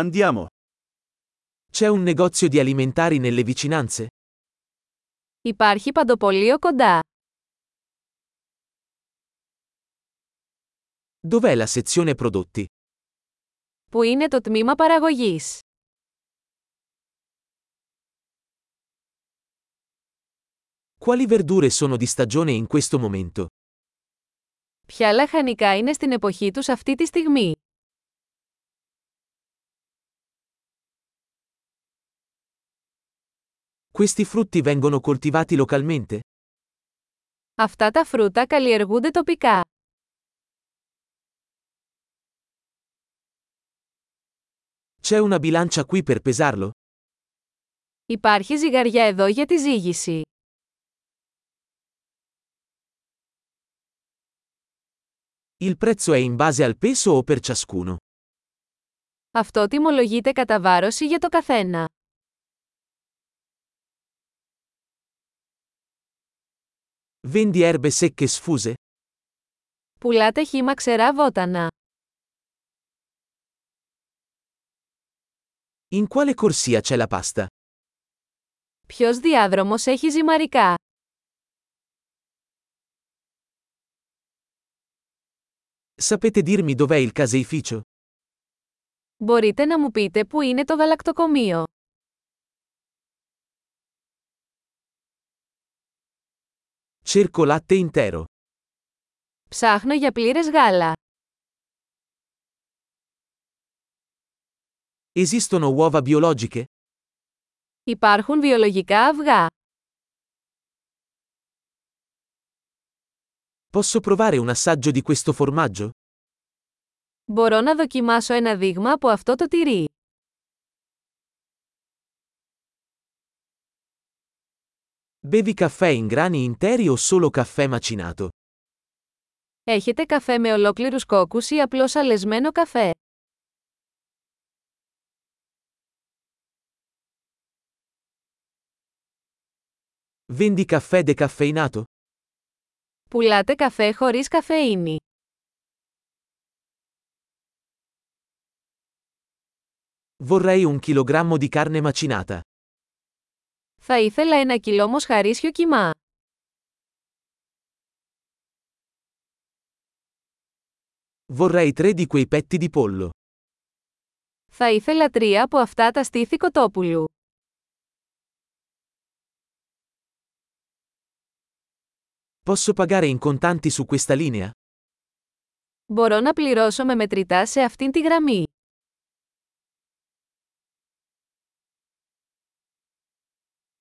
Andiamo. C'è un negozio di alimentari nelle vicinanze? Υπάρχει παντοπολείο κοντά. Dov'è la sezione prodotti? Πού είναι το τμήμα παραγωγής. Quali verdure sono di stagione in questo momento? Ποια λαχανικά είναι στην εποχή τους αυτή τη στιγμή. Questi frutti vengono coltivati localmente? Αυτά τα φρούτα καλλιεργούνται τοπικά. C'è una bilancia qui per pesarlo? Υπάρχει ζυγαριά εδώ για τη ζύγηση. Il prezzo è in base al peso o per ciascuno? Αυτό τιμολογείται κατά βάρος ή για το καθένα. Vendi erbe secche sfuse? Πουλάτε χύμα ξερά βότανα. In quale corsia c'è la pasta? Ποιος διάδρομος έχει ζυμαρικά. Sapete dirmi dov'è il caseificio? Μπορείτε να μου πείτε πού είναι το γαλακτοκομείο. Cerco latte intero. Ψάχνω για πλήρες γάλα. Esistono uova biologiche? Υπάρχουν βιολογικά αυγά. Posso provare un assaggio di questo formaggio? Μπορώ να δοκιμάσω ένα δείγμα από αυτό το τυρί. Bevi caffè in grani interi o solo caffè macinato? Έχετε καφέ με ολόκληρους κόκκους ή απλώς αλεσμένο καφέ. Vendi caffè decaffeinato? Πουλάτε καφέ χωρίς καφεΐνη. Vorrei un chilogrammo di carne macinata. Θα ήθελα ένα κιλό μοσχαρίσιο κιμά. Vorrei tre di quei petti di pollo. Θα ήθελα τρία από αυτά τα στήθη κοτόπουλου. Posso pagare in contanti su questa linea? Μπορώ να πληρώσω με μετρητά σε αυτήν τη γραμμή.